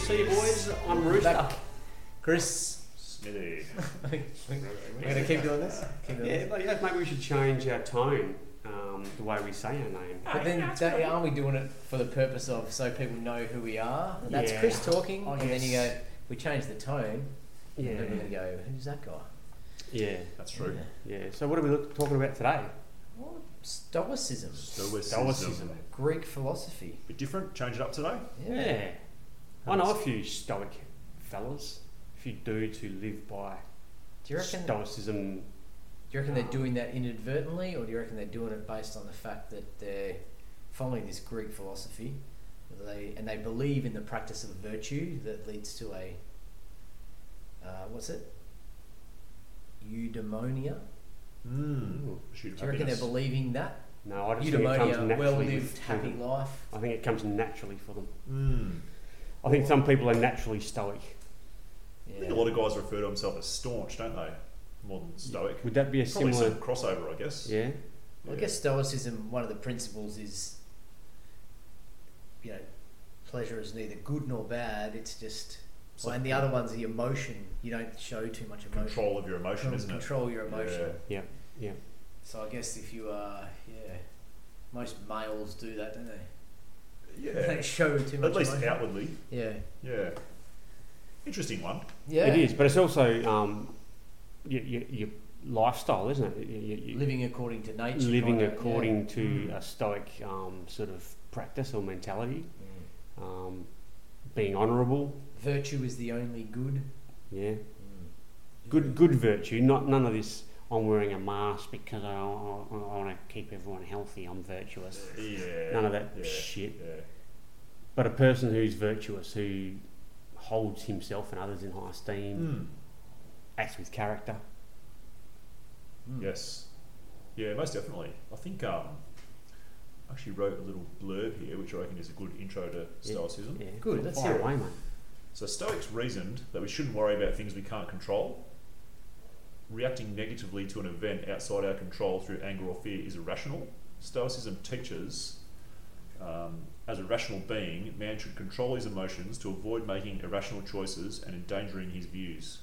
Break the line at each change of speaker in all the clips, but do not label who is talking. Chris on rooster.
Back. Chris.
Smitty.
We're gonna keep doing this. Keep doing
Yeah,
this.
like, yeah, maybe we should change our tone, um, the way we say our name.
But then, that, aren't we doing it for the purpose of so people know who we are? And that's
Yeah.
Chris talking,
I
and then you go.
guess.
We change the tone. and
Yeah,
People are gonna go. Who's that guy?
yeah,
That's true.
yeah. So what are we look, talking about today?
Well, Stoicism,
Stoicism.
Stoicism.
Greek philosophy.
Bit different. Change it up today.
Yeah.
Yeah. I know a few stoic fellas, a few dudes who live by
Do you reckon?
stoicism.
Do you reckon they're doing that inadvertently, or do you reckon they're doing it based on the fact that they're following this Greek philosophy, that they and they believe in the practice of virtue that leads to a uh, what's it? Eudaimonia.
Mm.
Hmm. Do
Shoot
you reckon they're
happiness.
believing that
No, I just think it comes
eudaimonia,
naturally.
well-lived,
with-
happy life?
I think it comes naturally for them.
Mm.
I think some people are naturally stoic.
I
Yeah.
think a lot of guys refer to themselves as staunch, don't they? More than stoic.
Would that be a
Probably
similar?
some crossover, I guess.
Yeah.
Well, I guess Stoicism, one of the principles is, you know, pleasure is neither good nor bad. It's just,
It's
well,
like
and the other one's the emotion. You don't show too much emotion.
control of your emotion,
Control-
isn't it?
control your emotion.
Yeah.
So I guess if you are, yeah, most males do that, don't they?
Yeah.
They
yeah.
show too much
At least
emotion.
outwardly.
Yeah.
Yeah. Interesting one.
Yeah.
It is, but it's also um, your, your, your lifestyle, isn't it? You- you- you-
Living according to nature.
living
kinda, yeah.
according to
Mm.
a stoic um, sort of practice or mentality,
Mm.
um, being honourable.
Virtue is the only good.
Yeah,
Mm.
good good virtue. Not none of this. I'm wearing a mask because I, I, want to keep everyone healthy. I'm virtuous.
Yeah.
None of that
Yeah.
shit.
Yeah.
But a person who's virtuous, who holds himself and others in high esteem,
Hmm.
Mm.
acts with character.
Mm.
Yes. Yeah, most definitely. I think um, I actually wrote a little blurb here, which I reckon is a good intro to Stoicism.
Yeah.
Good, let's
Fire
hear it.
away, mate.
So Stoics reasoned that we shouldn't worry about things we can't control. Reacting negatively to an event outside our control through anger or fear is irrational. Stoicism teaches, um, as a rational being, man should control his emotions to avoid making irrational choices and endangering his views.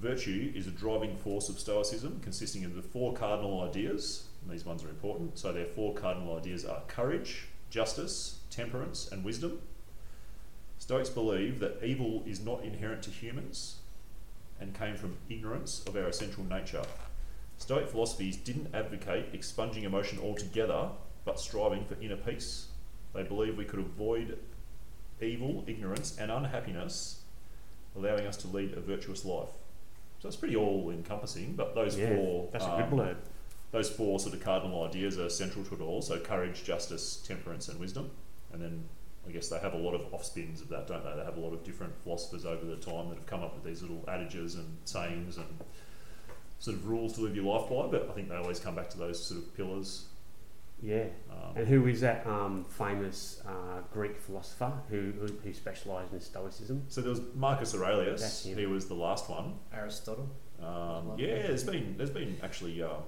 Virtue is a driving force of Stoicism, consisting of the four cardinal ideas, and these ones are important. So, their four cardinal ideas are courage, justice, temperance, and wisdom. Stoics believe that evil is not inherent to humans and came from ignorance of our essential nature. Stoic philosophies didn't advocate expunging emotion altogether, but striving for inner peace. They believe we could avoid evil, ignorance, and unhappiness, allowing us to lead a virtuous life. So it's pretty all encompassing, but those
Yeah,
four
That's a
um,
good blurb.
those four sort of cardinal ideas are central to it all. So courage, justice, temperance, and wisdom. And then I guess they have a lot of offspins of that, don't they? They have a lot of different philosophers over the time that have come up with these little adages and sayings and sort of rules to live your life by. But I think they always come back to those sort of pillars.
Yeah.
Um,
And who is that um, famous uh, Greek philosopher who, who, who specialised in Stoicism?
so there was Marcus Aurelius.
That's him.
He was the last one.
Aristotle.
Um, yeah, there's been there's been actually um,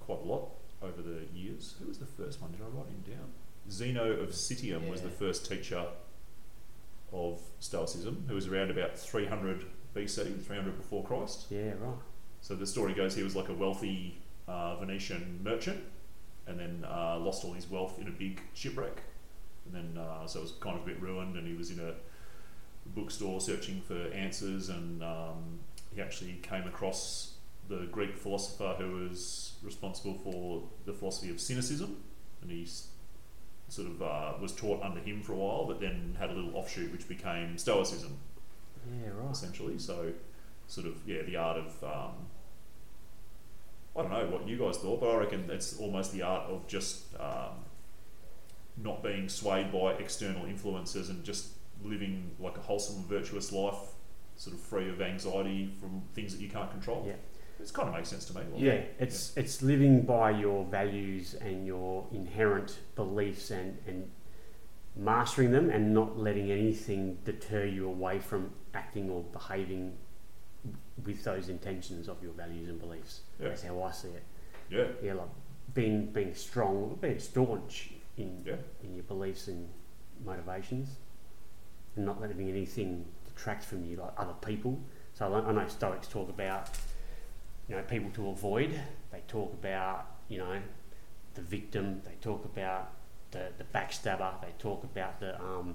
quite a lot over the years. Who was the first one? Did I write him down? Zeno of Citium was the
Yeah.
first teacher of Stoicism, who was around about 300 BC, 300 before Christ.
Yeah, right.
So the story goes he was like a wealthy uh, Venetian merchant, and then uh, lost all his wealth in a big shipwreck, and then uh, so it was kind of a bit ruined, and he was in a bookstore searching for answers, and um, he actually came across the Greek philosopher who was responsible for the philosophy of cynicism, and he s- sort of uh, was taught under him for a while, but then had a little offshoot which became Stoicism
Yeah, right.
essentially. So, sort of, yeah, the art of. Um, I don't know what you guys thought, but I reckon it's almost the art of just um, not being swayed by external influences and just living like a wholesome, virtuous life, sort of free of anxiety from things that you can't control.
Yeah.
It's kind of makes sense to me. like-
Yeah, it's it's living by your values and your inherent beliefs and, and mastering them and not letting anything deter you away from acting or behaving with those intentions of your values and beliefs.
Yeah.
That's how I see it.
yeah,
Yeah, like being being strong, being staunch in
yeah,
in your beliefs and motivations. and not letting anything detract from you, like other people. So I I know Stoics talk about, you know, people to avoid. They talk about, you know, the victim. They talk about the, the backstabber. They talk about the um,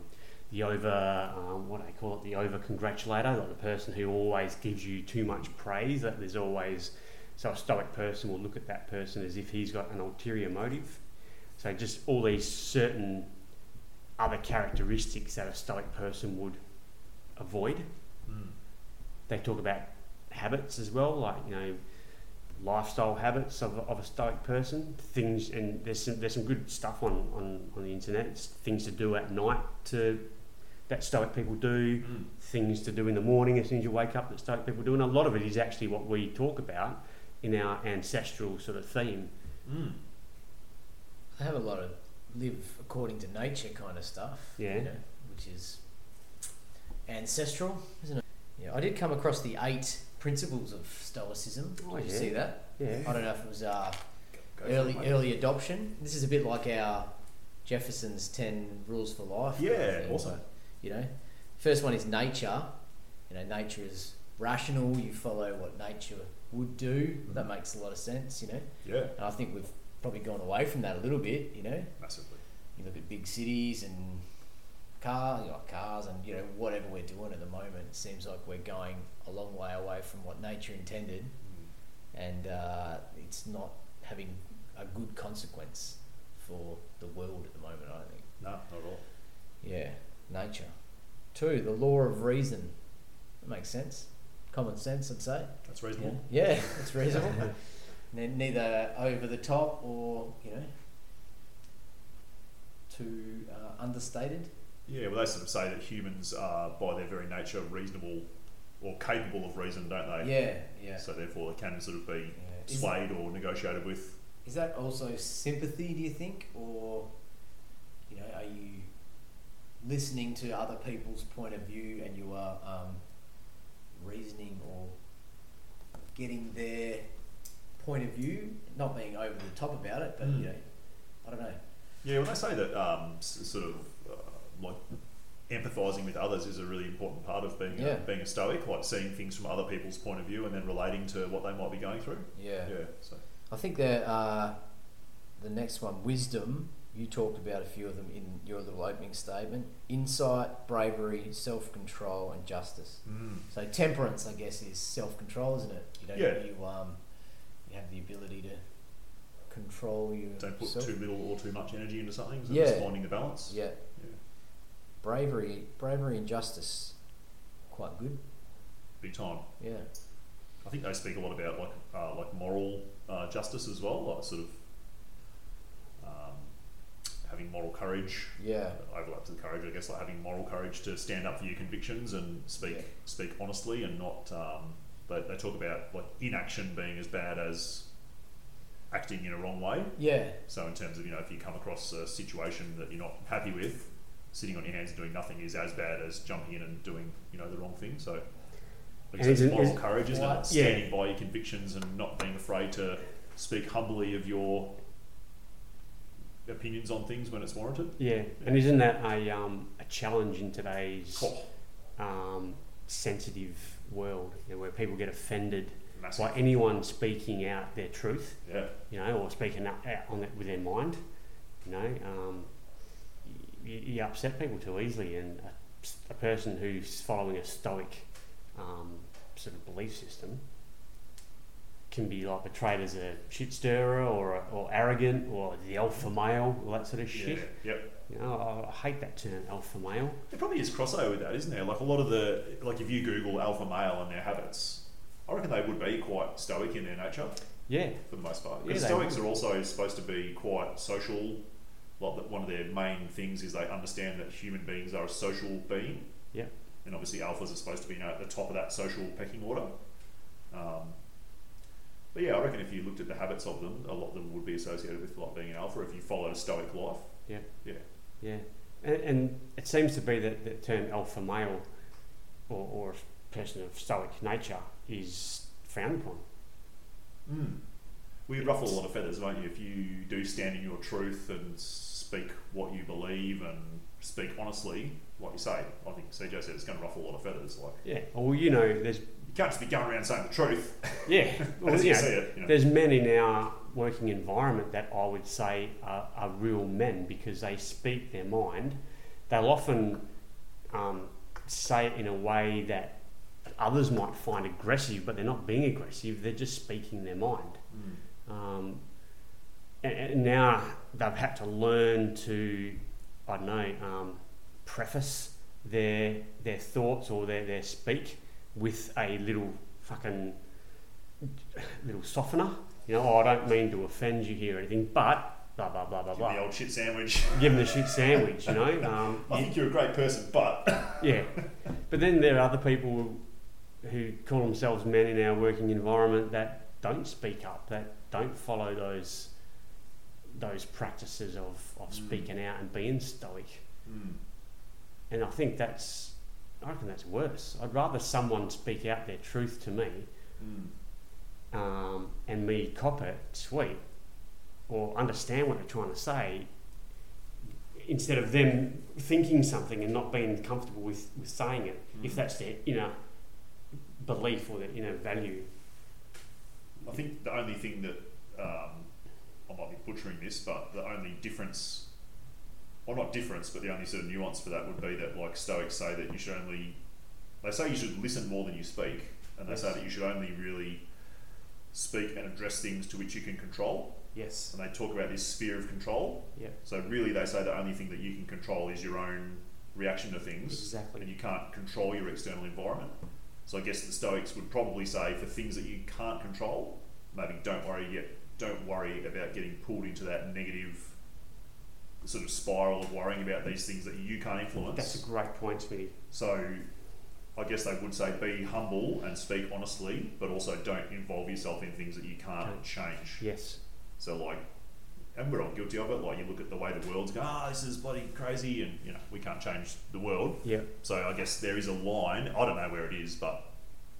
the over um, what do they call it the over congratulator, like the person who always gives you too much praise. That there's always so a stoic person will look at that person as if he's got an ulterior motive. So just all these certain other characteristics that a stoic person would avoid.
Mm.
They talk about habits as well, like you know lifestyle habits of, of a stoic person things and there's some, there's some good stuff on, on, on the internet it's things to do at night to that stoic people do
Mm.
things to do in the morning as soon as you wake up that stoic people do and a lot of it is actually what we talk about in our ancestral sort of theme
Mm.
I have a lot of live according to nature kind of stuff.
Yeah.
You know, which is ancestral, isn't it? Yeah. I did come across the eight principles of Stoicism.
Oh,
did you
yeah.
see that?
yeah
I don't know if it was uh,
Go for it,
early
mate.
early adoption. This is a bit like our Jefferson's ten rules for life. kind of
Yeah,
thing,
awesome.
you know first one is nature you know nature is rational you follow what nature would do
Mm-hmm.
that makes a lot of sense you know
Yeah,
and i think we've probably gone away from that a little bit you know
massively.
you look at big cities and cars you know, cars and you know whatever we're doing at the moment it seems like we're going a long way away from what nature intended
Mm.
and uh, it's not having a good consequence for the world at the moment i don't think
No, not at all.
yeah, nature. Two, the law of reason. That makes sense. Common sense, I'd say.
That's
Yeah,
reasonable.
yeah it's reasonable. Ne- Neither over the top or, you know, too uh, understated.
Yeah. well, they sort of say that humans are, by their very nature, reasonable or capable of reason, don't they?
Yeah, yeah.
So therefore, they can sort of be
yeah. Is,
swayed or negotiated with.
is that also sympathy, do you think? Or, you know, are you listening to other people's point of view and you are um, reasoning or getting their point of view, not being over the top about it, but
Mm.
you know, I don't know.
Yeah, when they say that, um, s- sort of uh, like empathising with others is a really important part of being
Yeah.
a, being a stoic, like seeing things from other people's point of view and then relating to what they might be going through.
Yeah.
Yeah. So.
I think that uh, the next one, wisdom. You talked about a few of them in your little opening statement: insight, bravery, self-control, and justice.
Mm.
So temperance, I guess, is self-control, isn't it? You don't
Yeah.
you um you have the ability to control your
Don't put too little or too much energy into something. So
Yeah.
just finding the balance.
yeah.
Yeah.
Bravery, bravery and justice, quite good.
Big time.
Yeah.
I think they speak a lot about like uh, like moral uh, justice as well, like sort of um, having moral courage.
Yeah.
Overlap to the courage, I guess, like having moral courage to stand up for your convictions and speak
Yeah.
speak honestly and not. Um, they, they talk about like inaction being as bad as acting in a wrong way.
Yeah.
So in terms of you know if you come across a situation that you're not happy with, sitting on your hands and doing nothing is as bad as jumping in and doing you know the wrong thing. So I guess
And
that's
isn't-
moral
is-
courage, isn't it?
what-
Like
Yeah.
standing by your convictions and not being afraid to speak humbly of your opinions on things when it's warranted.
yeah and isn't that a, um, a challenge in today's
Cool.
um, sensitive world you know, where people get offended
Massive.
by anyone speaking out their truth
Yeah.
you know, or speaking up out on it with their mind, you know, um, you, you upset people too easily. And a, a person who's following a stoic um, sort of belief system can be like portrayed as a shit stirrer or, a, or arrogant or the alpha male, all that sort of
Yeah.
shit.
Yep.
You know, I, I hate that term, alpha male.
There probably is crossover with that, isn't there? Like a lot of the like if you Google alpha male and their habits, I reckon they would be quite stoic in their nature.
Yeah,
for the most part.
Yeah,
Because
they
Stoics are also supposed to be quite social. Like that one of their main things is they understand that human beings are a social being.
Yeah.
And obviously alphas are supposed to be you know, at the top of that social pecking order. Um, but yeah, I reckon if you looked at the habits of them, a lot of them would be associated with like being an alpha if you followed a Stoic life.
yeah. And, and it seems to be that the term alpha male or, or a person of stoic nature is frowned upon.
Mm. We ruffle a lot of feathers, won't you, if you do stand in your truth and speak what you believe and speak honestly, like you say. I think CJ said it's going to ruffle a lot of feathers. Like
Yeah. Well, you know, there's
you can't just be going around saying the truth
yeah. Well,
as you
you know,
see it. You know.
there's men in our working environment that I would say are, are real men because they speak their mind. They'll often um, say it in a way that others might find aggressive, but they're not being aggressive. They're just speaking their mind.
Mm.
Um, and, and now they've had to learn to, I don't know, um, preface their their thoughts or their, their speak with a little fucking little softener. You know, oh, I don't mean to offend you here or anything, but blah blah blah blah
Give
blah.
me the old shit sandwich.
Give them the shit sandwich, you know. Um,
I
you-
think you're a great person, but
yeah. But then there are other people who call themselves men in our working environment that don't speak up, that don't follow those those practices of, of
Mm.
speaking out and being stoic.
Mm.
And I think that's I reckon that's worse. I'd rather someone speak out their truth to me
Mm.
um, and me cop it, sweet, or understand what they're trying to say, instead of them thinking something and not being comfortable with, with saying it, if
Mm.
that's their inner belief or their inner value.
I think the only thing that um, I might be butchering this, but the only difference, or not difference, but the only sort of nuance for that would be that like Stoics say that you should only, they say you should listen more than you speak, and they say
Yes.
that you should only really speak and address things to which you can control,
Yes.
and they talk about this sphere of control.
Yep.
So really, they say the only thing that you can control is your own reaction to things and
Exactly.
you can't control your external environment. So I guess the Stoics would probably say for things that you can't control, maybe don't worry yet, don't worry about getting pulled into that negative sort of spiral of worrying about these things that you can't influence.
That's a great point, Smitty.
so I guess they would say be humble and speak honestly, but also don't involve yourself in things that you can't
Can't.
change.
Yes.
So like, and we're all guilty of it. Like you look at the way the world's going, ah, this is bloody crazy, and you know we can't change the world.
Yeah.
So I guess there is a line. I don't know where it is, but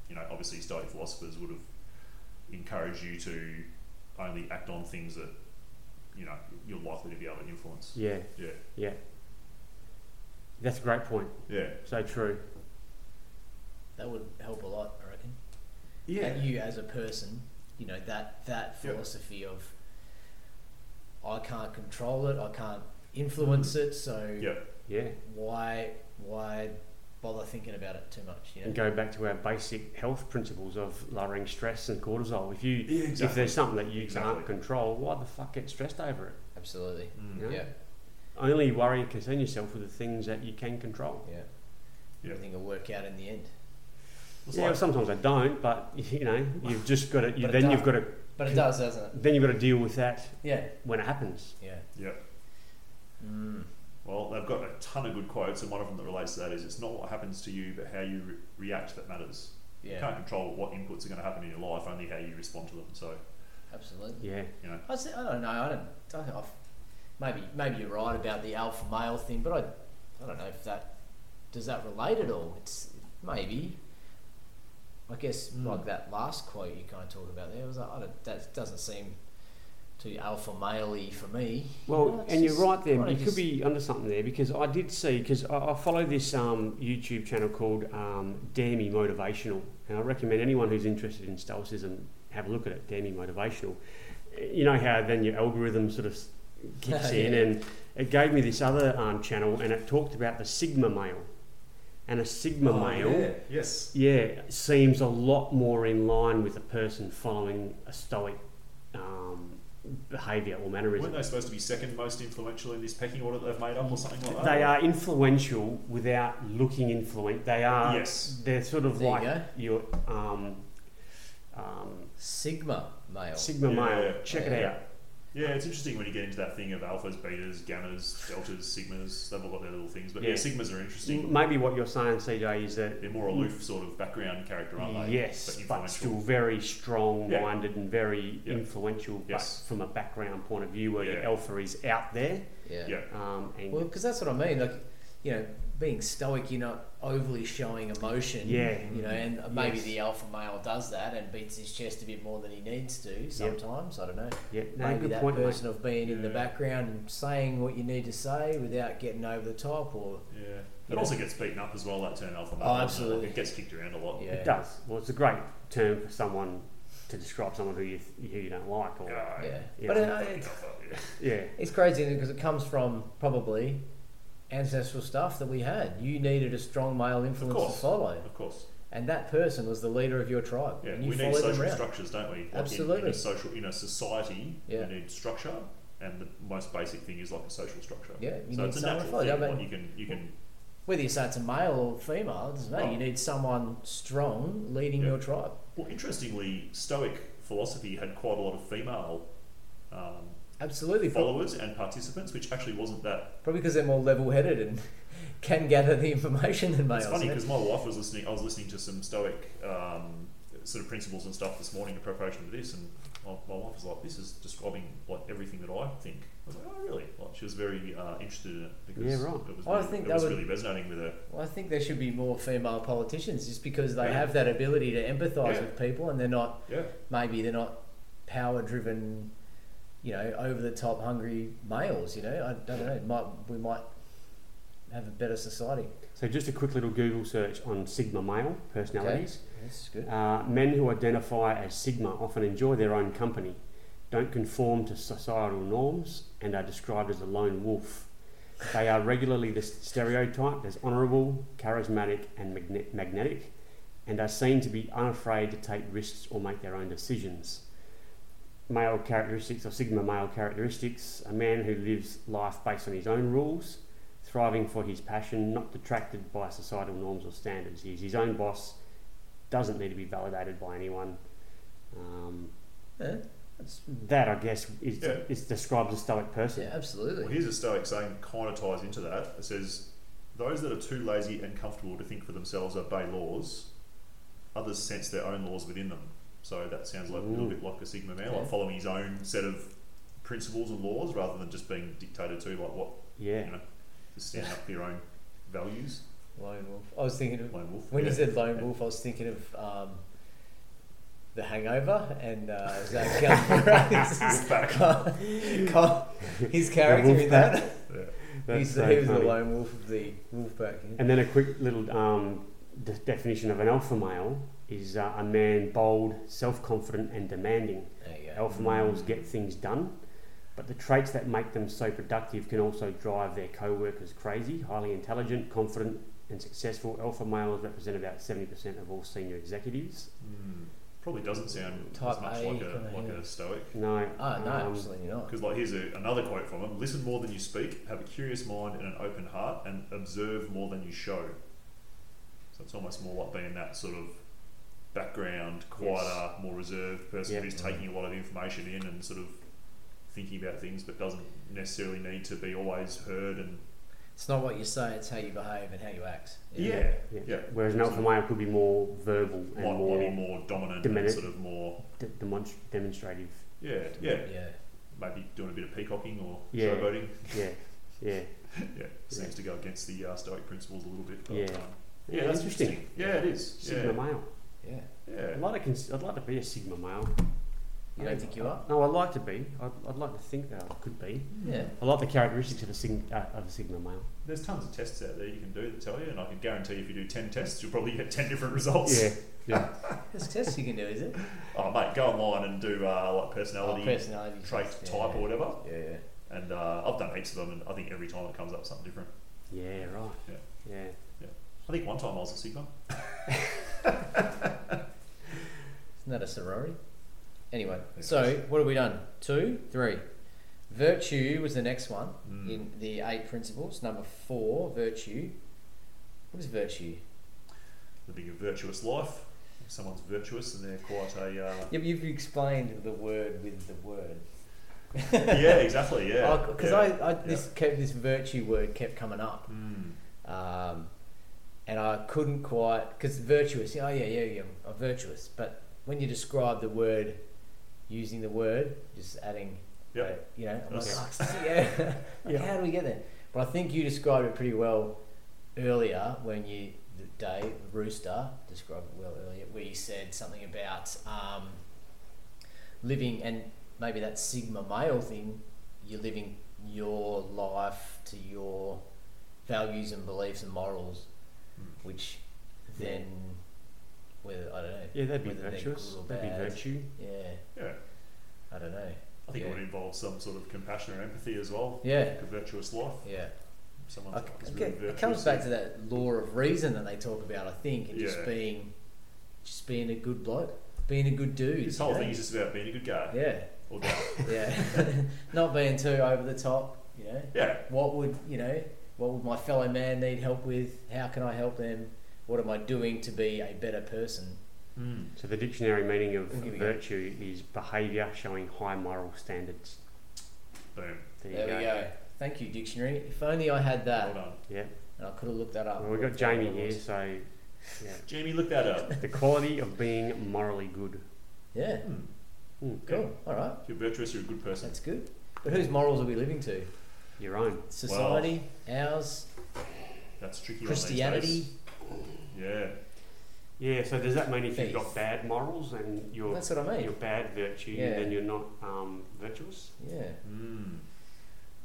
you know, obviously, Stoic philosophers would have encouraged you to only act on things that you know you're likely to be able to influence.
Yeah.
Yeah,
Yeah. That's a great point.
yeah,
So true.
That would help a lot, I reckon.
Yeah.
That you as a person, you know, that that
Yep.
philosophy of I can't control it, I can't influence it, so
Mm. yeah.
Yeah.
why why bother thinking about it too much, you know?
And go back to our basic health principles of lowering stress and cortisol. If you
Yeah,
If there's something that you
Exactly.
can't control, why the fuck get stressed over it?
Absolutely.
Mm.
Yeah.
Yeah.
Only worry and concern yourself with the things that you can control.
Yeah.
Yeah.
Everything will work out in the end.
It's
yeah,
like-
sometimes I don't, but you know, you've just got to. You,
But it
then you've
does.
got to.
But it does, doesn't it?
Then you've got to deal with that
Yeah.
when it happens.
Yeah.
Yeah.
Mm.
Well, they've got a ton of good quotes, and one of them that relates to that is, "It's not what happens to you, but how you re- react that matters." You
Yeah.
can't control what inputs are going to happen in your life, only how you respond to them. So,
Absolutely.
Yeah,
I, see, I don't know. I don't. I don't know if, maybe maybe you're right about the alpha male thing, but I I don't know if that does that relate at all. It's maybe. I guess
Mm.
like that last quote you kind of talked about there was like, I don't, that doesn't seem too alpha maley for me.
Well,
You know, it's
and you're
just
right there.
kinda
You could
just-
be under something there because I did see because I, I follow this um, YouTube channel called um, Demi Motivational, and I recommend anyone who's interested in Stoicism have a look at it. Demi Motivational. You know how then your algorithm sort of s- kicks in,
Yeah.
and it gave me this other um, channel, and it talked about the Sigma male, and a Sigma
Oh,
male.
Yes.
yeah, seems a lot more in line with a person following a stoic um, behaviour or
Weren't
mannerism.
they supposed to be second most influential in this pecking order that they've made up, or something like that?
They are influential without looking influent. They are.
Yes.
They're sort of
There you
like
go.
your um, um,
Sigma male.
Sigma
Yeah.
male. Check it
Yeah.
out.
Yeah, it's interesting when you get into that thing of alphas, betas, gammas, deltas, sigmas. They've all got their little things, but yeah,
Yeah.
sigmas are interesting.
Maybe what you're saying, CJ, is that
They're more aloof sort of background character, aren't they?
yes,
but
but,
influential.
still very strong-minded and very
Yeah.
influential.
Yes.
But from a background point of view, where your
Yeah.
alpha is out there
Yeah.
Yeah.
um, and
Well, because that's what I mean. Like, you know, being stoic, you're not overly showing emotion.
Yeah.
You know, and maybe
Yes.
the alpha male does that and beats his chest a bit more than he needs to sometimes. I don't know.
Yeah, no,
maybe
good
that
point. mate.
person of being in the
Yeah.
background and saying what you need to say without getting over the top or
Yeah. It
Yeah.
also gets beaten up as well, that turn alpha male.
Mm-hmm. Oh,
doesn't it?
absolutely.
It gets kicked around a lot.
yeah.
Oh, It does. Well, it's a great term for someone to describe someone who you who you don't like, or
Yeah.
Yeah.
Yeah.
But uh,
Fucking
it's,
alpha, yeah.
yeah,
it's crazy because it comes from probably ancestral stuff that we had. You needed a strong male influence
course.
to follow.
Of course.
And that person was the leader of your tribe.
Yeah,
and you
we need
followed them
social
around.
structures, don't we? Like in- In,
Absolutely.
a social, in a society,
Yeah.
you need structure, and the most basic thing is like a social structure.
Yeah, you
so
need
it's a
someone to
natural
follow.
thing.
Yeah,
like,
but-
you can, you can,
Whether you say it's a male or female, it doesn't matter. You
Oh.
need someone strong leading
Yeah.
your tribe.
well, interestingly, Stoic philosophy had quite a lot of female um,
Absolutely. Prob-
followers and participants, which actually wasn't that.
Probably because they're more level headed and can gather the information than males.
It's funny
yeah.
because my wife was listening. I was listening to some Stoic um, sort of principles and stuff this morning in preparation for this, and my, my wife was like, "This is describing like everything that I think." I was like, "Oh, really?" Like, she was very uh, interested in it because
Yeah, right.
it was
I
really,
think
it
that
was
would-
really resonating with her.
Well, I think there should be more female politicians just because they
Yeah.
have that ability to empathise
Yeah.
with people and they're not,
Yeah.
maybe they're not power driven, you know, over the top hungry males, you know. I don't know. It might, we might have a better society.
So just a quick little Google search on Sigma male personalities.
That's good.
Uh, men who identify as Sigma often enjoy their own company, don't conform to societal norms, and are described as a lone wolf. They are regularly the stereotyped as honourable, charismatic, and magne- magnetic, and are seen to be unafraid to take risks or make their own decisions. Male characteristics or Sigma male characteristics a man who lives life based on his own rules, thriving for his passion, not detracted by societal norms or standards. He's his own boss, doesn't need to be validated by anyone. Um,
Yeah,
that, I guess, is,
Yeah.
is describes a stoic person.
yeah absolutely.
Well, here's a Stoic saying that kind of ties into that. It says, Those that are too lazy and comfortable to think for themselves obey laws, others sense their own laws within them. So that sounds like a little
Ooh.
bit like a Sigma male,
Yeah.
like following his own set of principles and laws rather than just being dictated to, like what,
Yeah.
you know, just stand up for your own values.
Lone Wolf. I was thinking of
Lone wolf.
when
yeah.
you said Lone Wolf, I was thinking of um, The Hangover and uh, Zach Galifianakis'
Wolfpack.
Carl- Carl- his character in that.
Yeah.
That's
He's the,
so
he was the
funny.
Lone Wolf of the Wolfpack. Yeah.
And then a quick little um, de- definition of an alpha male is uh, a man bold, self confident, and demanding.
There you go.
Alpha males get things done, but the traits that make them so productive can also drive their co workers crazy. Highly intelligent, confident, and successful, alpha males represent about 70% of all senior executives.
Mm. Probably doesn't sound
Type
as much
A,
like,
kinda,
a, like
yeah.
a Stoic.
No.
Ah, no,
um,
absolutely not.
Because like here's a, another quote from him: "Listen more than you speak, have a curious mind and an open heart, and observe more than you show." So it's almost more like being that sort of background, quieter, more reserved person
Yeah. Mm-hmm.
who's taking a lot of information in and sort of thinking about things, but doesn't necessarily need to be always heard. And
It's not what you say; it's how you behave and how you act.
yeah,
yeah.
yeah,
Whereas an alpha male could be more verbal and
might, might be
more
more dominant and
dominant.
sort of more
de- demonst- demonstrative.
yeah, yeah,
yeah.
maybe doing a bit of peacocking or
Yeah.
showboating.
Yeah. Yeah.
Yeah, seems to go against the uh, Stoic principles a little bit. But,
Yeah.
um, yeah, that's interesting. Yeah, it is.
Sigma
yeah.
male.
yeah.
Yeah.
I'd like, to cons- I'd like to be a Sigma male.
You don't think you are?
No, I'd like to be. I'd, I'd like to think that I could be.
Yeah.
I like the characteristics of a, sig- uh, of a Sigma male.
There's tons of tests out there you can do that tell you, and I can guarantee if you do 10 tests, you'll probably get 10 different results.
Yeah.
There's tests you can do, is it?
Oh, mate, go online and do uh, like
Oh,
personality,
personality
trait,
tests, yeah.
type, or whatever.
Yeah, yeah.
And uh, I've done heaps of them, and I think every time it comes up something different.
Yeah, right.
Yeah.
Yeah.
I think one time I was a Sigma.
Isn't that a sorority? Anyway,
Yes.
so what have we done? Two, three. Virtue was the next one
Mm.
in the eight principles. Number four, virtue. What is virtue?
Living a virtuous life. If someone's virtuous, and they're quite a. Uh...
Yeah, but you've explained the word with the word.
yeah, exactly. Yeah.
Because
yeah.
Oh, I, I this kept this virtue word kept coming up.
Mm.
um, and I couldn't quite because virtuous. Oh yeah, yeah, yeah, I'm virtuous. But when you describe the word, using the word, just adding,
Yep.
uh, you know, I'm like,
Us.
"Oh, yeah. Like,
Yeah.
How do we get there? But I think you described it pretty well earlier when you the day rooster described it well earlier where you said something about um, living and maybe that sigma male thing you're living your life to your values and beliefs and morals
Mm.
which
Yeah.
then whether I don't know
Yeah, that'd be
whether they're
virtuous.
good or
That'd be
bad.
virtue.
yeah
Yeah,
I don't know
I think
Yeah.
it would involve some sort of compassion or empathy as well.
yeah
Like a virtuous life.
yeah
Someone's
I,
life is
I
really
get-
virtuous.
it comes back to that law of reason that they talk about, I think, and just
Yeah.
being, just being a good bloke, being a good dude.
This
you
whole
know?
thing is just about being a good guy.
yeah,
Or gal.
yeah, not being too over the top. You know,
yeah.
what would you know? What would my fellow man need help with? How can I help them? What am I doing to be a better person?
Mm.
So the dictionary meaning of
We'll give you a go.
virtue is behaviour showing high moral standards.
Boom.
There,
There
you
we
go.
go. Thank you, dictionary. If only I had
Well
that,
done.
Yeah.
and I could have looked that up.
Well, we've got Jamie here, so yeah.
Jamie, look that up.
the quality of being morally good.
Yeah,
Mm.
Mm,
cool. All right,
If you're virtuous, you're a good person.
that's good. But whose morals are we living to?
your own.
Society, ours,
That's tricky. one of these
Christianity.
days. Yeah.
Yeah. So does that mean if you've got
Faith.
bad morals and you're
That's what I mean.
you're bad virtue,
Yeah.
then you're not um, virtuous?
Yeah.
Mm.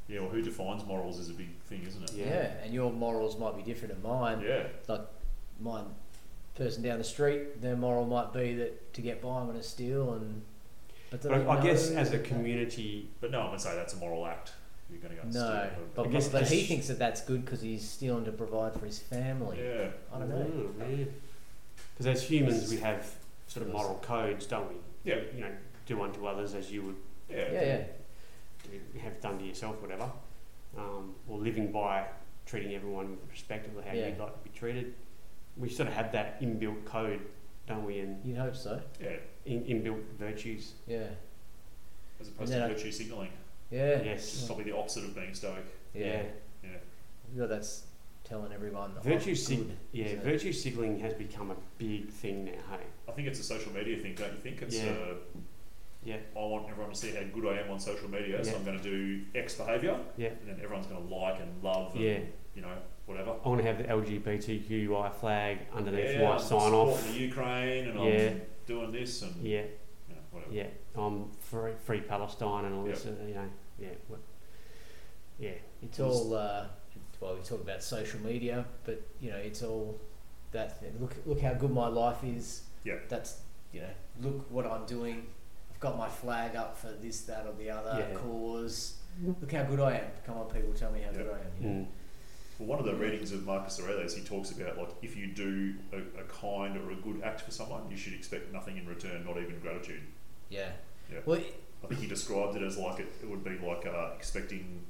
Yeah. Well, who defines morals is a big thing, isn't it?
yeah,
Yeah.
And your morals might be different than mine.
Yeah.
Mine, person down the street, their moral might be that to get by, I'm going to steal and. But they
But
don't
I, I guess
know
as a
that-
community,
But no, I'm gonna say that's a moral act. You're gonna go. and
No,
steal.
but,
I guess
but he
this-
thinks that that's good because he's stealing to provide for his family.
yeah.
I don't
Mm.
know.
Because Hmm, as humans, we have sort of
Yes.
moral codes, don't we?
Yeah.
You know, do unto others as you would
Yeah.
Yeah, yeah,
you have done to yourself, whatever. Um, or living by treating everyone with respect of how
Yeah.
you'd like to be treated. We sort of have that inbuilt code, don't we? And
you'd hope so.
Yeah.
in, inbuilt virtues.
Yeah,
As opposed
And
to
then I-
virtue signalling,
yeah,
Yes.
which is probably the opposite of being stoic.
yeah.
Yeah.
Yeah, That's telling everyone that
Virtue
I'm
sig-
good,
Yeah,
isn't it?
virtue signaling has become a big thing now. Hey,
I think it's a social media thing, don't you think? It's
Yeah.
uh,
Yeah.
I want everyone to see how good I am on social media, so
Yeah.
I'm going to do X behaviour,
Yeah.
and then everyone's going to like and love, and,
yeah,
you know, whatever.
I want to have the LGBTQI flag underneath
yeah,
my
I'm
sign off.
supporting the Ukraine, and
Yeah.
I'm doing this, and
Yeah,
you know, whatever.
yeah, I'm free, free Palestine and all this.
Yeah.
Uh, you know, yeah, what, yeah,
It's all uh, well, we talk about social media, but you know, it's all that thing. look look how good my life is.
Yeah.
That's you know, look what I'm doing. I've got my flag up for this, that, or the other
Yeah.
cause. Look how good I am. Come on, people, tell me how good
Yeah.
I am. you know.
Mm,
Well, one of the readings of Marcus Aurelius, he talks about like if you do a, a kind or a good act for someone, you should expect nothing in return, not even gratitude.
Yeah.
Yeah.
Well,
I think he described it as like it, it would be like uh, expecting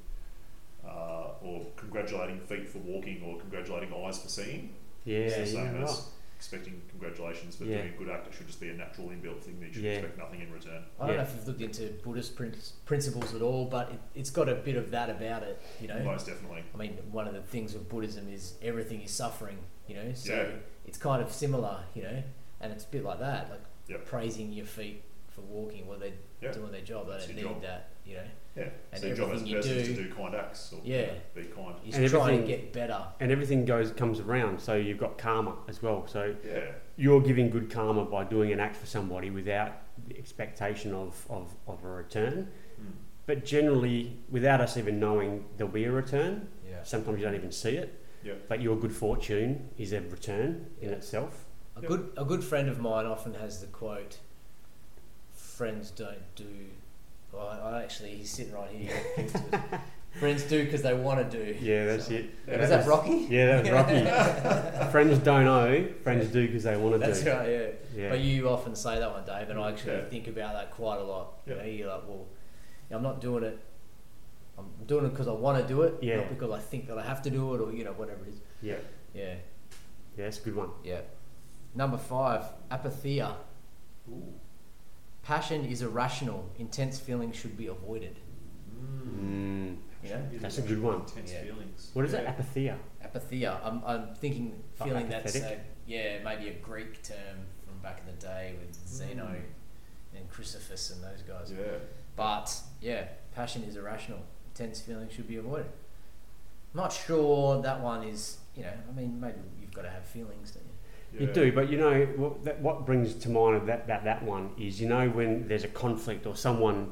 uh, or congratulating feet for walking or congratulating eyes for seeing.
yeah,
it's the
yeah,
same
right.
as expecting congratulations for
Yeah.
doing a good act. It should just be a natural inbuilt thing that you should
Yeah.
expect nothing in return.
I don't
Yeah.
know if you've looked into Buddhist prin- principles at all, but it, it's got a bit of that about it. You know.
Most definitely.
I mean, one of the things with Buddhism is everything is suffering, you know. So
Yeah.
it's kind of similar, you know, and it's a bit like that, like
Yep.
praising your feet for walking while they're
Yeah.
doing their job. They
It's
don't need
your job.
that, you know.
Yeah.
And
so your job as a
everything you
person is
do-
to do kind acts or
Yeah.
be kind.
You
And
just try and
everything-
get better.
and everything goes comes around. So you've got karma as well. So
Yeah.
you're giving good karma by doing an act for somebody without the expectation of, of, of a return.
Mm.
But generally, without us even knowing there'll be a return,
Yeah.
sometimes you don't even see it.
Yeah.
But your good fortune is a return in
Yeah.
itself.
A
Yeah.
good a good friend of mine often has the quote, "Friends don't do." Well, I, I actually he's sitting right here. next to us. Friends do because they want to do.
Yeah, that's
So-
it.
Yeah,
Was
that
that Rocky?
Yeah, that was Rocky. friends don't owe, friends do because they want to
That's
do.
right. Yeah.
Yeah.
But you often say that one, Dave, and I actually
Yeah.
think about that quite a lot. You
Yeah.
know, you're like, well, I'm not doing it. I'm doing it because I want to do it,
Yeah.
not because I think that I have to do it, or you know, whatever it is.
yeah.
Yeah,
Yeah, that's a good one.
yeah. Number five, apatheia.
Ooh.
Passion is irrational. Intense feelings should be avoided.
Mm.
Mm.
You know,
That's a good one.
Intense
Yeah.
feelings.
What is
yeah.
it? Apatheia.
apatheia. I'm, I'm thinking,
Like
feeling that's a,
apathetic?
yeah, maybe a Greek term from back in the day with Zeno
Mm.
and Chrysippus and those guys.
Yeah.
But yeah, passion is irrational. Intense feelings should be avoided. I'm not sure that one is you know, I mean, maybe you've got to have feelings, don't you?
You do, but you know what, that, what brings to mind of that, that that one is you know when there's a conflict or someone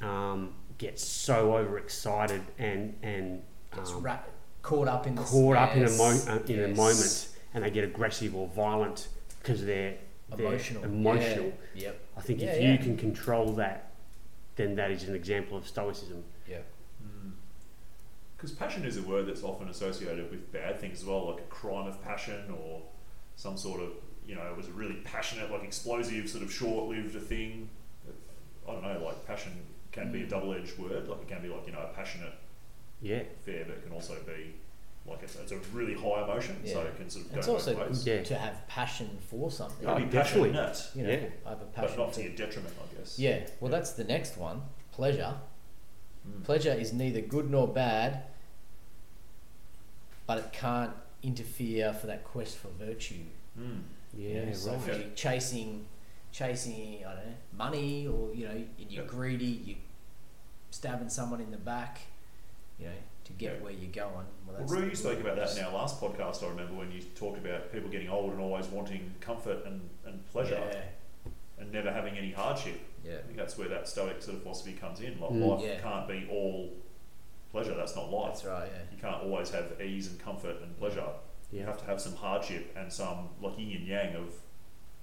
um, gets so overexcited and and
It's
um,
ra- caught up in this,
caught up in a mo-
yes,
uh, in a
yes.
moment and they get aggressive or violent because they're, they're
Emotional.
emotional.
Yeah. Yep.
I think
Yeah,
if
yeah.
you can control that, then that is an example of stoicism.
Yep.
Because Mm. passion is a word that's often associated with bad things as well, like a crime of passion or some sort of, you know, it was a really passionate, like explosive, sort of short lived thing. I don't know, like passion can be a
Mm.
double edged word. Like it can be like, you know, a passionate
Yeah,
affair, but it can also be like it's, it's a really high emotion, so
Yeah.
it can sort of
It's
go
also
both ways.
Yeah.
to have passion for something.
It can
Oh,
be
definitely.
passionate,
You know,
yeah.
I have a
but
passion
not
for
to your detriment, I guess.
Yeah, well,
Yeah.
that's the next one. Pleasure.
Mm.
Pleasure is neither good nor bad, but it can't interfere for that quest for virtue.
Mm.
you know?
Yeah,
so
right.
if you're chasing, chasing, I don't know, money, or you know, and you're
Yeah.
greedy, you stabbing someone in the back, you know, to get
Yeah.
where you're going. Well,
Well,
that's
Rue, you spoke about that in our last podcast, I remember, when you talked about people getting old and always wanting comfort and, and pleasure and never having any hardship.
Yeah, yeah,
I think that's where that Stoic sort of philosophy comes in. Like
Mm.
life
Yeah.
can't be all pleasure. That's not life.
that's right. Yeah.
You can't always have ease and comfort and pleasure. You
yeah,
have to have some hardship and some like yin and yang of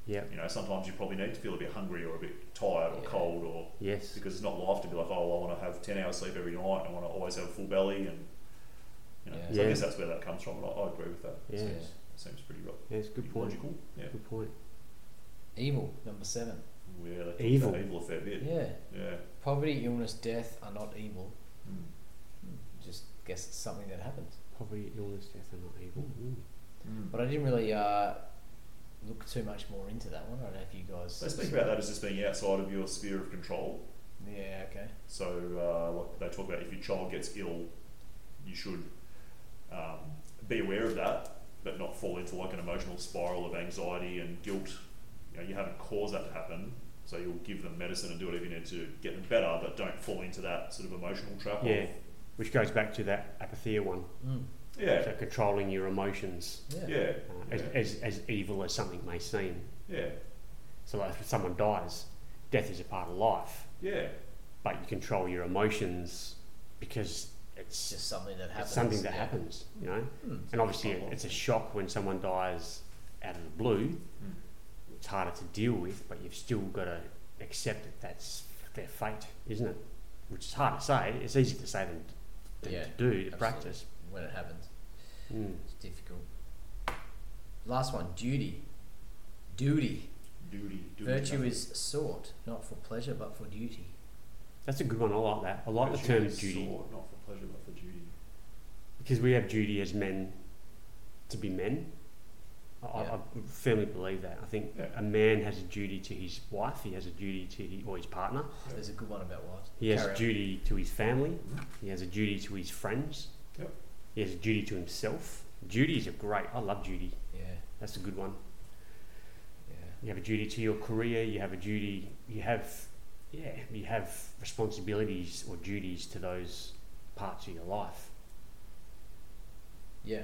yeah,
you know. Sometimes you probably need to feel a bit hungry or a bit tired or
Yeah.
cold or
yes,
because it's not life to be like oh I want to have ten hours sleep every night and I want to always have a full belly and you know.
Yeah.
So I
Yeah.
guess that's where that comes from. And I, I agree with that.
yes,
Yeah.
Seems pretty ro-
yes. Good point.
logical. Yeah.
Good point.
Evil number seven.
Yeah. they talk uh, about
Evil.
Evil a fair bit. Yeah.
Yeah, poverty, illness, death are not evil.
Mm.
Just guess it's something that happens.
Poverty, illness, death are not evil. Mm.
Mm.
But I didn't really uh, look too much more into that one. I don't know if you guys.
They speak about that as just being outside of your sphere of control.
Yeah. Okay.
So uh, like they talk about if your child gets ill, you should um, be aware of that, but not fall into like an emotional spiral of anxiety and guilt. You know, you haven't caused that to happen, so you'll give them medicine and do whatever you need to get them better, but don't fall into that sort of emotional trap.
Mm. Yeah,
Of,
which goes back to that apatheia one.
Mm.
yeah,
So controlling your emotions,
Yeah.
yeah,
uh, as,
Yeah.
as, as evil as something may seem.
yeah,
So, like if someone dies, death is a part of life,
yeah.
but you control your emotions because
It's
it's,
just something that happens.
it's something that
yeah.
happens, you know.
Mm.
And obviously, it-
Quite
it's a
often.
shock when someone dies out of the blue.
Hmm.
Mm.
It's harder to deal with, but you've still got to accept that that's their fate, isn't it? Which is hard to say. It's easier to say than, than
Yeah,
to do, to
absolutely.
practice.
When it happens,
Mm.
it's difficult. Last one, duty. Duty.
Duty, duty
Virtue
nothing.
is sought, not for pleasure, but for duty.
That's a good one. I like that. I like
Virtue
the term
is
duty
sought, not for pleasure, but for duty.
because we have duty as men to be men. I, I
Yeah.
I firmly believe that. I think
Yeah.
a man has a duty to his wife. He has a duty to his, or his partner.
Yeah.
There's a good one about what.
He has
Carry
a
on.
duty to his family. He has a duty to his friends.
Yep.
He has a duty to himself. Duty is a great. I love duty.
Yeah.
That's a good one.
Yeah.
You have a duty to your career. You have a duty. You have, yeah. You have responsibilities or duties to those parts of your life.
Yeah.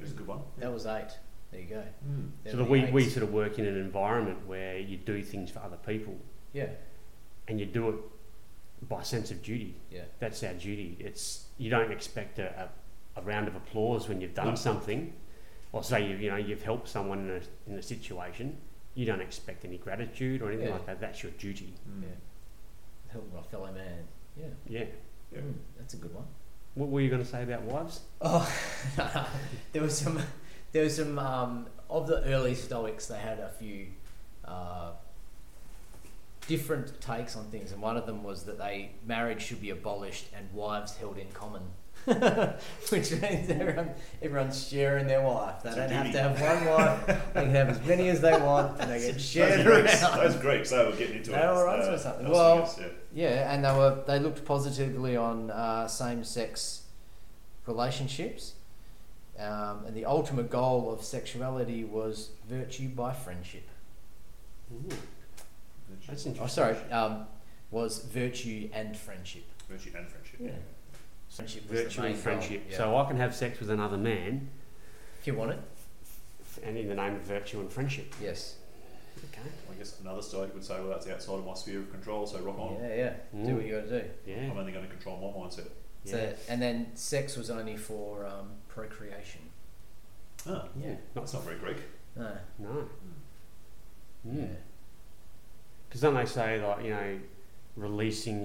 It's a good one.
That was eight. There you go.
Mm.
There
so
were
that
the
we, we
eights.
sort of work in an environment where you do things for other people
Yeah.
and you do it by sense of duty.
Yeah.
That's our duty. It's you don't expect a, a, a round of applause when you've done
Mm.
No.
something, or say you you know you've helped someone in a, in a situation. You don't expect any gratitude or anything
Yeah.
like that. That's your duty.
Mm.
Yeah. Help my fellow man. Yeah.
Yeah.
Yeah.
Mm, that's a good one.
What were you going to say about wives?
Oh, there was some. There was some um, of the early Stoics. They had a few uh, different takes on things, and one of them was that they marriage should be abolished and wives held in common, which means everyone, everyone's sharing their wife. They
It's a
don't have
duty.
to have one wife. They can have as many as they want, and they get shared
those Greeks,
around.
those Greeks, they were getting into
They
it.
were onto
Uh,
something.
that's
Well,
what it is,
Yeah, and they were they looked positively on uh, same-sex relationships, um, and the ultimate goal of sexuality was virtue by friendship.
Ooh,
yeah.
that's
virtue,
interesting.
Oh, sorry, um, was virtue and friendship.
virtue and friendship.
Yeah.
Yeah.
Friendship was the
virtual
main goal,
friendship.
yeah.
So I can have sex with another man,
If you want it,
and in the name of virtue and friendship.
yes.
Okay.
I guess another stoic would say, well, that's outside of my sphere of control, so rock on.
Yeah, yeah. Do
Mm.
what you got to do.
Yeah.
I'm only going to control my mindset.
Yeah.
So, and then sex was only for um, procreation.
Ah,
yeah. Not
that's not very Greek.
No.
no.
Yeah.
Because Mm. then they say like you know, releasing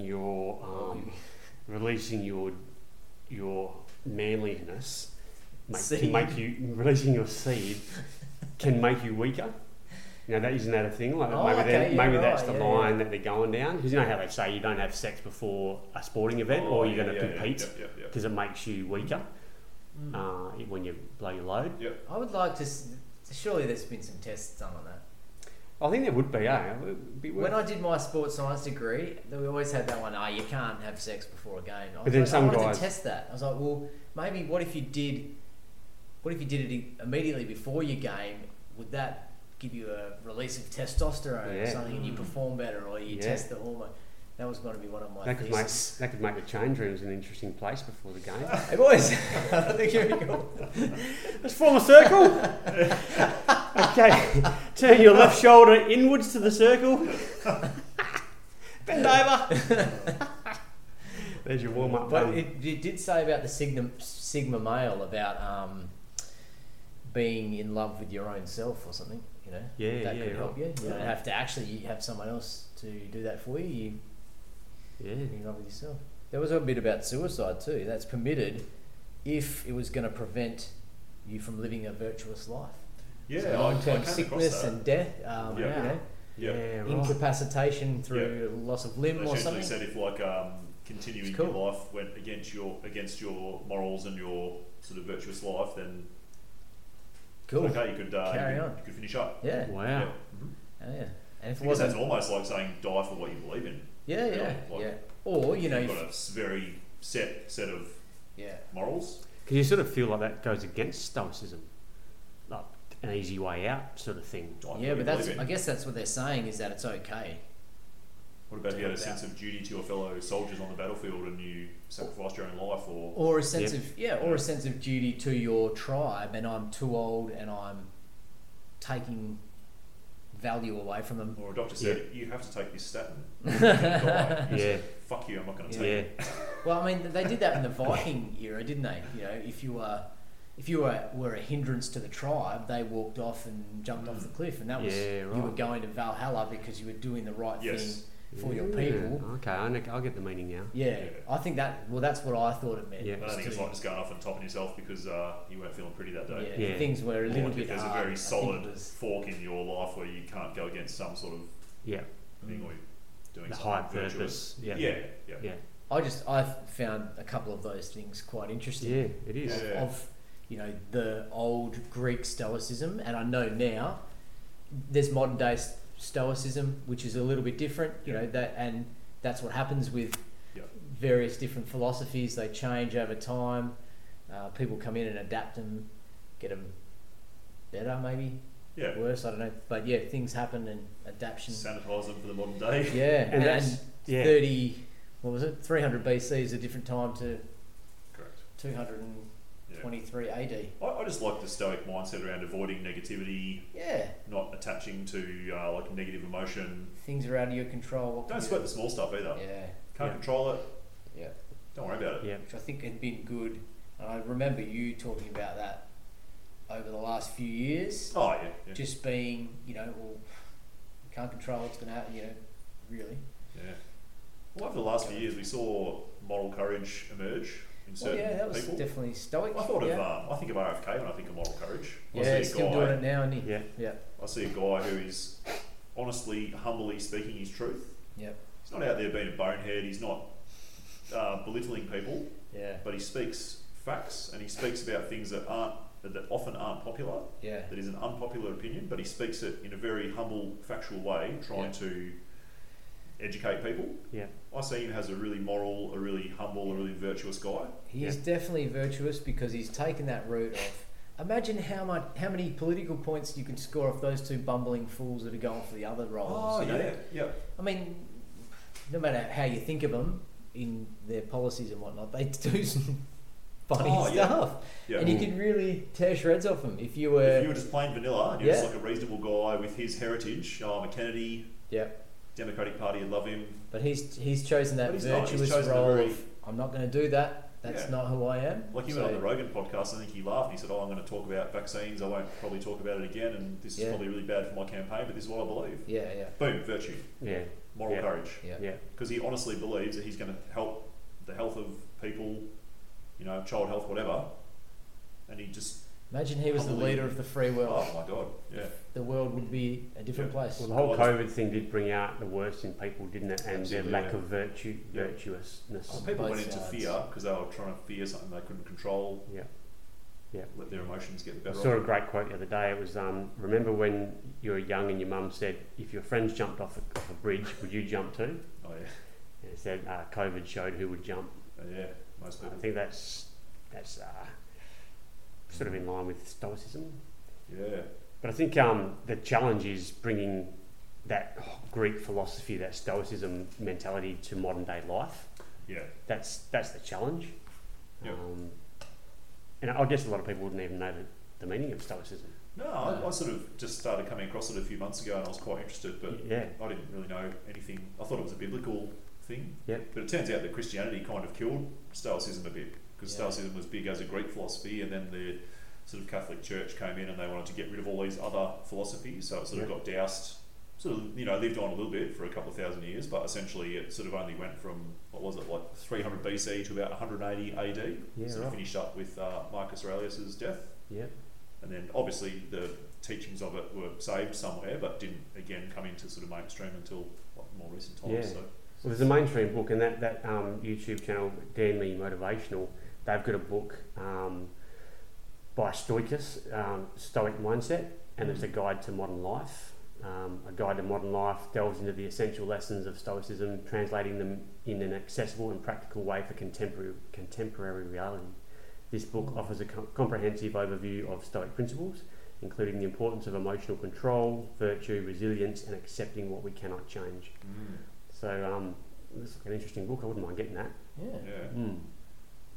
your um, releasing your your manliness make,
Seed.
can make you releasing your seed can make you weaker. You know that isn't that a thing? Like
Oh,
maybe they're-
okay, yeah,
maybe that's
right,
the
yeah,
line that they're going down. Because you know how they say you don't have sex before a sporting event
Oh,
or you're
yeah,
going to
yeah, yeah,
compete
Yeah, yeah, Um,
because it makes you weaker
Hmm.
uh, when you blow your load.
I would like to. s- Surely there's been some tests done on that.
I think there would be, eh? It would be
When
worth-
I did my sports science degree, th- we always had that one. Ah, you can't have sex before a game. I was
But then
like,
some
I wanted
guys-
to test that. I was like, well, maybe what if you did? What if you did it i- immediately before your game? Would that give you a release of testosterone or
Yeah.
something, and you
Mm.
perform better, or you
Yeah.
test the hormone? That was going to be one of my
That could, make,
thesis.
that could make the change rooms an interesting place before the game.
Hey boys, I think here we go.
Let's form a circle. okay, turn your left shoulder inwards to the circle. Bend over. There's your warm up.
Um,
But it, it did say about the Sigma, Sigma male about um, being in love with your own self or something. You know,
Yeah,
that
yeah,
could help you. You don't
Yeah.
have to actually have someone else to do that for you. You
yeah.
you're in love with yourself. There was a bit about suicide too. That's permitted if it was going to prevent you from living a virtuous life.
yeah.
So
Yeah, I, I came
long-term
across
sickness
that.
and death. Um,
Yeah.
You know,
Yeah.
yeah, right.
incapacitation through loss of
They
limb or something.
essentially said if like um, continuing
It's cool.
your life went against your against your morals and your sort of virtuous life, then
cool.
okay, you could uh,
Carry
you, could,
on.
you could finish up.
Yeah.
Wow.
Mhm.
Oh, yeah. And if it
Because
wasn't
that's almost like saying die for what you believe in.
Yeah,
you
yeah,
know, like-
yeah. Or you know,
You've
if-
got a s- very set set of
yeah,
morals.
Because you sort of feel like that goes against stoicism, like an easy way out sort of thing.
Die for what
yeah.
you
But that's
believe in.
I guess that's what they're saying is that it's okay.
What about if you had a
Yeah.
sense of duty to your fellow soldiers on the battlefield and you sacrificed your own life or
Or a sense
Yeah.
of yeah, or a sense of duty to your tribe. And I'm too old, and I'm taking value away from them.
or a doctor said, You have to take this statin. You're gonna
Yeah,
die." You said, Fuck you, I'm not gonna take
yeah,
it.
Well, I mean, they did that in the Viking era, didn't they? You know, if you were if you were, were a hindrance to the tribe, they walked off and jumped off the
Mm.
cliff, and that was
Yeah,
you were
right.
going to Valhalla because you were doing the right
Yes.
thing for your
Yeah.
people.
Okay, I know- I'll get the meaning now.
Yeah,
Yeah.
I think that. Well, that's what I thought it meant.
Yeah.
I don't think it's
to-
like just going off and topping yourself because uh, you weren't feeling pretty that
yeah,
day.
Yeah.
things were a
Or
little
if
bit.
there's
hard,
a
I
very
think
solid
it was-
fork in your life where you can't go against some sort of
Yeah,
thing or you're doing
the
something
high
virtuous.
purpose.
Yeah,
Yeah,
yeah,
yeah,
I just I found a couple of those things quite interesting.
yeah. It is.
Of,
Yeah.
of you know the old Greek Stoicism, and I know now there's modern day s- Stoicism, which is a little bit different. You
Yeah.
know that, and that's what happens with
Yeah.
various different philosophies. They change over time. Uh, people come in and adapt them, get them better, maybe
yeah.
worse. I don't know, but yeah, things happen and adaptation.
Sanitize them for the modern day.
Yeah,
And,
and,
that's
and
yeah.
30 what was it 300 BC is a different time to
Correct. Yeah.
223 AD
I, I just like the stoic mindset around avoiding negativity,
yeah
not attaching to uh, like negative emotion.
things are out of your control what
Don't
can
sweat
you
the small stuff either.
do? yeah
Can't
Yeah.
control it.
yeah
Don't worry about it.
Yeah.
which I think had been good and I remember you talking about that over the last few years
Oh yeah. Yeah.
just being you know well you can't control what's going to happen you know really
yeah. Well, over the last few years, we saw moral courage emerge in
well
certain
yeah that was
people.
definitely stoic
I thought
yeah,
of um, I think of RFK when I think of moral courage. I
yeah
see a
he's still
guy-
doing it now isn't he
yeah.
yeah
I see a guy who is honestly, humbly speaking his truth.
Yep.
He's not out there being a bonehead. He's not uh, belittling people,
yeah
but he speaks facts and he speaks about things that aren't that often aren't popular.
yeah
That is an unpopular opinion, but he speaks it in a very humble, factual way, trying
Yeah.
to educate people.
Yeah.
I see him as a really moral, a really humble, a really virtuous guy.
He's definitely virtuous because he's taken that route of. Imagine how much, how many political points you can score off those two bumbling fools Oh,
Oh,
that are going for the other roles. you know?
yeah.
I mean, no matter how you think of them, in their policies and whatnot, they do some funny
Oh, yeah.
stuff,
Yeah.
and you could really tear shreds off them if you were.
if you were just plain vanilla, and you're
Yeah.
just like a reasonable guy with his heritage. Oh, I'm a Kennedy.
Yeah.
Democratic Party, I love him.
but he's he's chosen that
But he's not. He's
virtuous
chosen a
role.
very-
of, I'm not going to do that. That's
Yeah.
not who I am.
Like he
So-
went on the Rogan podcast, I think he laughed. He said, "Oh, I'm going to talk about vaccines. I won't probably talk about it again, and this
Yeah.
is probably really bad for my campaign. But this is what I believe."
Yeah, yeah,
Boom, virtue,
Yeah,
moral
Yeah.
courage,
yeah,
yeah,
because he honestly believes that he's going to help the health of people, you know, child health, whatever. And he just,
Imagine he was the leader of the free world.
oh my god, yeah,
The world would be a different
Yeah.
place.
Well, the whole
Well, it's-
COVID thing did bring out the worst in people, didn't it? And
Absolutely,
their lack
yeah.
of virtue,
Yeah. Oh,
virtuousness.
On
people
both
went into
sides.
fear because they were trying to fear something they couldn't control.
Yeah. Yeah.
Let their emotions get the
I
better.
saw a
of them.
great quote the other day. It was, um, "Remember when you were young and your mum said, if your friends jumped off a, off a bridge, would you jump too?" And
Oh
it said, uh, "COVID showed who would jump."
yeah, yeah, most
I
people.
think that's that's uh, sort of in line with Stoicism.
Yeah,
But I think um, the challenge is bringing that Greek philosophy, that Stoicism mentality, to modern day life.
yeah.
That's that's the challenge.
Yeah.
Um, and I guess a lot of people wouldn't even know the, the meaning of Stoicism.
No, I, I sort of just started coming across it a few months ago, and I was quite interested, but
yeah,
I didn't really know anything. I thought it was a biblical thing.
Yep.
But it turns out that Christianity kind of killed Stoicism a bit because
Yeah.
Stoicism was big as a Greek philosophy, and then the sort of Catholic Church came in and they wanted to get rid of all these other philosophies, so it sort of
Yep.
got doused. Sort of, you know, lived on a little bit for a couple of thousand years, but essentially it sort of only went from what was it like 300 BC to about 180 AD.
yeah,
sort of
right.
finished up with uh, Marcus Aurelius's death.
yeah,
And then obviously the teachings of it were saved somewhere, but didn't again come into sort of mainstream until like, more recent times.
Yeah.
So
It was a mainstream book, and that that um, YouTube channel, Dan Lee Motivational, they've got a book um, by Stoicus, um, Stoic Mindset, and it's a guide to modern life. Um, a guide to modern life delves into the essential lessons of Stoicism, translating them in an accessible and practical way for contemporary contemporary reality. This book offers a com- comprehensive overview of Stoic principles, including the importance of emotional control, virtue, resilience, and accepting what we cannot change.
Mm.
So um, this is an interesting book. I wouldn't mind getting that.
yeah.
yeah,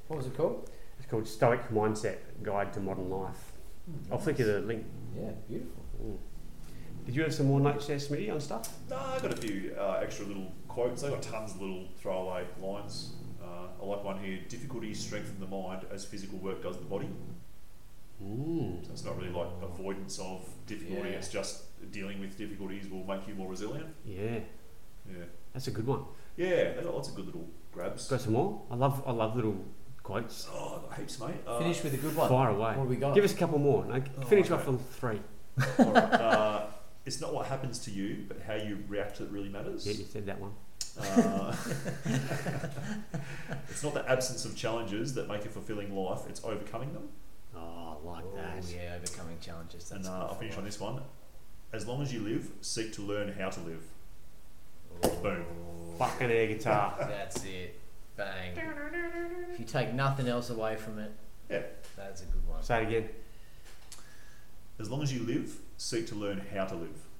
What was it called?
It's called Stoic Mindset: Guide to Modern Life. I'll flick you the link.
Yeah, beautiful.
Mm. Did you have some more notes there, Smitty, on stuff?
no, I got a few uh, extra little quotes. I got tons of little throwaway lines. Uh, I like one here: difficulties strengthen the mind as physical work does the body.
Mm.
So it's not really like avoidance of difficulty.
Yeah.
It's just dealing with difficulties will make you more resilient.
Yeah,
Yeah,
that's a good one.
yeah. They got lots of good little grabs.
Got some more? I love I love little quotes.
Oh, I got heaps, mate. Uh,
Finish with a good one.
Fire
What
away.
have we got?
Give us a couple more. No,
Oh,
finish
okay.
off with three.
All right. Uh, it's not what happens to you, but how you react to it really matters.
Yeah, you said that one.
Uh, it's not the absence of challenges that make a fulfilling life, it's overcoming them.
Oh, I like
Oh,
that.
yeah, overcoming challenges. That's
and uh, I'll
good
finish
for
on this one. As long as you live, seek to learn how to live.
us. Oh,
Fucking air guitar.
That's it. Bang. If you take nothing else away from it,
Yeah.
that's a good one.
Say it again.
As long as you live, seek to learn how to live.